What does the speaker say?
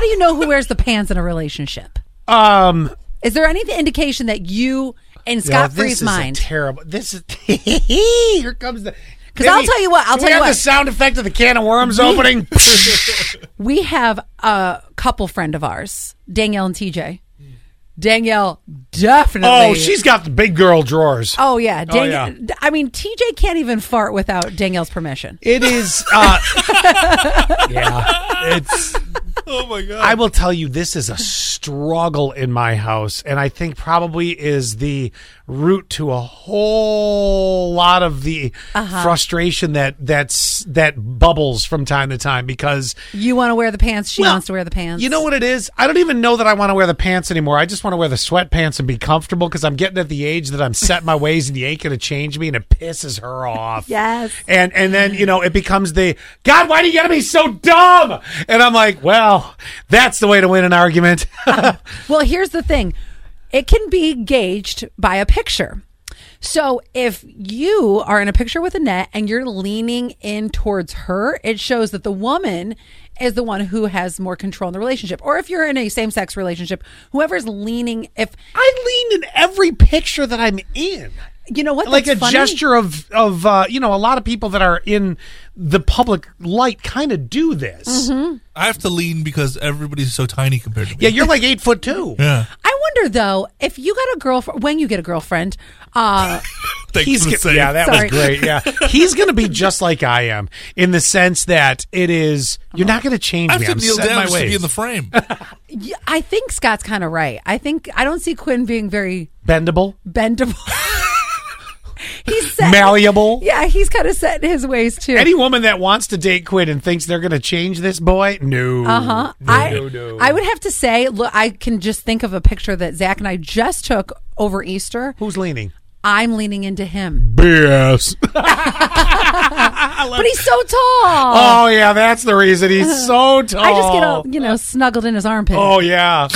do you know who wears the pants in a relationship? Um, Is there any indication that you in yeah, Scott this Free's is a mind? terrible. This is here comes the. 'Cause I'll tell you what, I'll do tell we you have what. the sound effect of the can of worms opening. we have a couple friend of ours, Danielle and TJ. Danielle definitely. oh, she's got the big girl drawers. Oh yeah, Dan- yeah. I mean, TJ can't even fart without Danielle's permission. It is. Uh, yeah, it's. Oh my god. I will tell you, this is a struggle in my house, and I think probably is the root to a whole lot of the Uh-huh. frustration that that's that bubbles from time to time because You want to wear the pants? She Well, wants to wear the pants. You know what it is? I don't even know that I want to wear the pants anymore. I just want to wear the sweatpants and be comfortable because I'm getting at the age that I'm set in my ways and you ain't gonna change me, and it pisses her off. Yes. And and then you know it becomes the God. Why do you gotta be so dumb? And I'm like, well, that's the way to win an argument. Well, here's the thing it can be gauged by a picture. So if you are in a picture with Annette and you're leaning in towards her, it shows that the woman is the one who has more control in the relationship. Or if you're in a same sex relationship, whoever's leaning, if I lean in every picture that I'm in. you know what, like that's a funny. gesture of of uh, you know a lot of people that are in the public light kind of do this. Mm-hmm. I have to lean because everybody's so tiny compared to me. Yeah, you're like eight foot two. Yeah. I wonder though, if you got a girlfriend, when you get a girlfriend, uh, Thanks He's for gonna- the save. yeah, that Sorry. was great. Yeah, he's going to be just like I am in the sense that it is you're not going to change I have me. to I'm kneel set in down my just to be ways. in the frame. y- I think Scott's kind of right. I think I don't see Quinn being very Bendable, bendable. he's set, malleable. Yeah, he's kind of set in his ways too. Any woman that wants to date Quinn and thinks they're going to change this boy, no. Uh Huh? No, Uh-huh. I no, no. I would have to say, look, I can just think of a picture that Zach and I just took over Easter. Who's leaning? I'm leaning into him, BS. but he's so tall. Oh yeah, that's the reason he's so tall. I just get all you know snuggled in his armpit. Oh yeah,